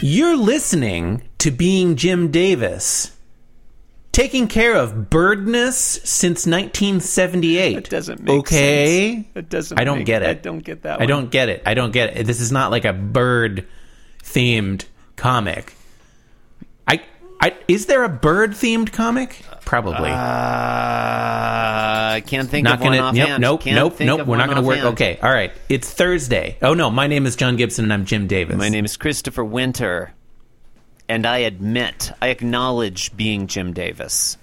you're listening to Being Jim Davis, taking care of birdness since 1978. That doesn't make okay? sense. That doesn't I don't make- get it. I don't get that I one. don't get it. I don't get it. This is not like a bird themed comic. I, I is there a bird themed comic? Probably. Uh, can't think not of one gonna nope offhand. nope Can't nope think nope of we're not one gonna work offhand. okay all right it's thursday oh no my name is john gibson and i'm jim davis My name is Christopher Winter, and I admit, I acknowledge being Jim Davis.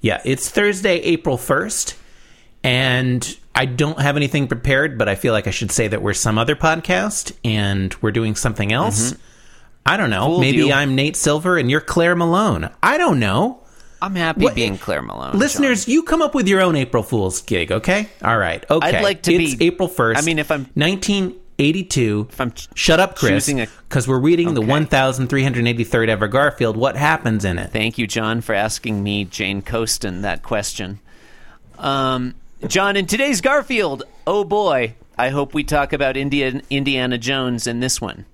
yeah it's thursday april 1st and i don't have anything prepared but i feel like i should say that we're some other podcast and we're doing something else Mm-hmm. i don't know Fooled maybe you. i'm nate silver and you're claire malone i don't know I'm happy What- being Claire Malone. Listeners, you come up with your own April Fool's gig, okay? All right. Okay. I'd like to it's be- April 1st. I mean, if I'm- 1982. If I'm ch- Shut up, Chris. choosing a- Because we're reading the Okay. 1,383rd ever Garfield. What happens in it? Thank you, John, for asking me, Jane Costin, that question. Um, John, in today's Garfield, oh boy, I hope we talk about Indian, Indiana Jones in this one.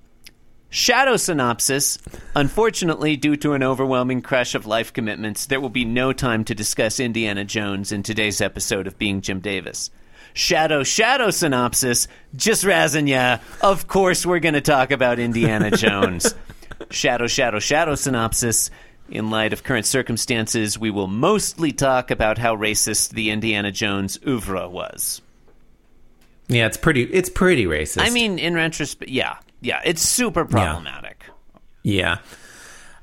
Shadow synopsis. Unfortunately, due to an overwhelming crush of life commitments, there will be no time to discuss Indiana Jones in today's episode of Being Jim Davis. Shadow, shadow synopsis. Just razzing ya. Of course, we're going to talk about Indiana Jones. shadow, shadow, shadow synopsis. In light of current circumstances, we will mostly talk about how racist the Indiana Jones oeuvre was. Yeah, it's pretty. It's pretty racist. I mean, in retrospect, yeah, yeah, it's super problematic. yeah,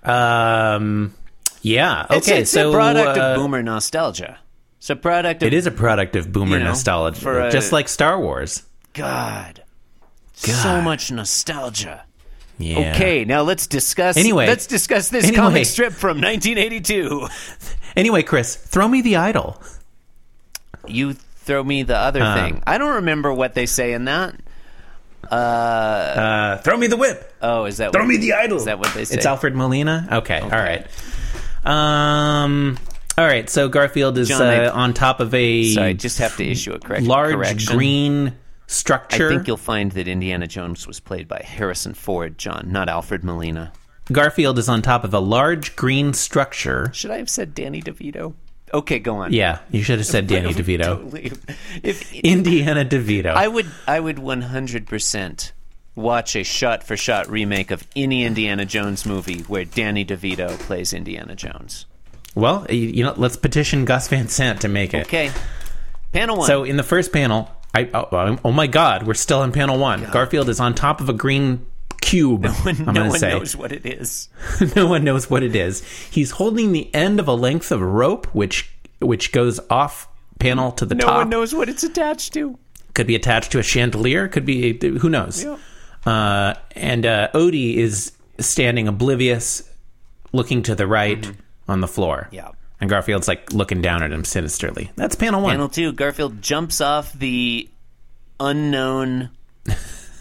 um, yeah. Okay, It's, it's so a product uh, of boomer nostalgia. It's a product of It is a product of boomer You know, for nostalgia, a- just like Star Wars. God, so God. much nostalgia. Yeah. Okay, now let's discuss. Anyway. let's discuss this Anyway. comic strip from 1982. Anyway, Chris, throw me the idol. You throw me the other Um, thing. I don't remember what they say in that. Uh, throw me the whip. Oh, is that Throw what, me the idol. Is that what they say? It's Alfred Molina. Okay, all right. Um, all right. So Garfield is John, uh, I- on top of a So I just have to issue a correct large correction. green I structure. think you'll find that Indiana Jones was played by Harrison Ford, John, not Alfred Molina. Garfield is on top of a large green structure. Should I have said Danny DeVito? Okay, go on. Yeah, you should have said Danny DeVito. Totally. If, Indiana DeVito. I would, I would one hundred percent watch a shot-for-shot remake of any Indiana Jones movie where Danny DeVito plays Indiana Jones. well, you- you know, let's petition Gus Van Sant to make it. Okay, panel one. So in the first panel, I oh, oh, oh my god, we're still in panel one. Garfield is on top of a green cube. I'm no gonna one say. knows what it is. no one knows what it is. He's holding the end of a length of rope, which which goes off panel to the No top. one knows what it's attached to. Could be attached to a chandelier. Could be who knows. Uh, and uh, Odie is standing oblivious, looking to the right on the floor. Mm-hmm. Yeah. And Garfield's like looking down at him sinisterly. That's panel one. Panel two, Garfield jumps off the unknown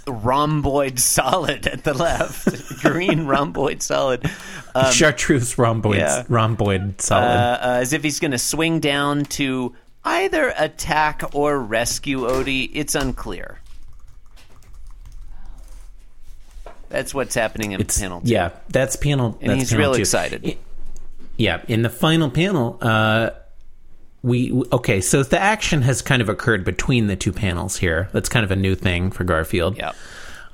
rhomboid solid at the left, green rhomboid solid, uh, Chartreuse rhomboid, yeah. rhomboid solid. uh, as if he's going to swing down to either attack or rescue Odie. It's unclear. That's what's happening in It's- panel two. Yeah, that's panel. and that's he's panel real two. excited. Yeah, in the final panel, uh, we w- okay. So the action has kind of occurred between the two panels here. That's kind of a new thing for Garfield. yeah.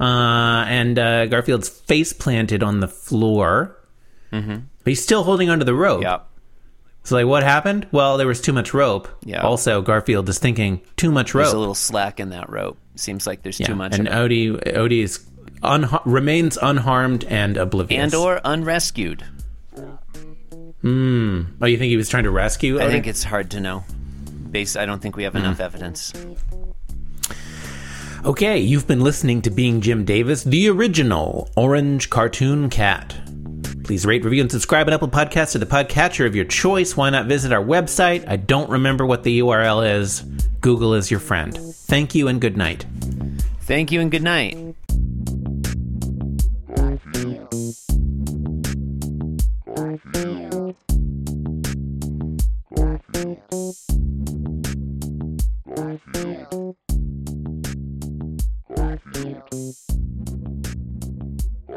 Uh, and uh, Garfield's face planted on the floor. But he's still holding onto the rope. Mm-hmm. Yeah. So like, what happened? Well, there was too much rope. Yeah. Also, Garfield is thinking too much rope. There's a little slack in that rope. Seems like there's too Yeah, much. And uh, of it. Odie, Odie is unha- remains unharmed and oblivious. and or unrescued. oh, you think he was trying to rescue? I Odie? think it's hard to know. Base, I don't think we have Mm-hmm. enough evidence. Okay, you've been listening to Being Jim Davis, the original orange cartoon cat. Please rate, review, and subscribe at Apple Podcasts or the podcatcher of your choice. Why not visit our website? I don't remember what the URL is. Google is your friend. Thank you and good night. Thank you and good night.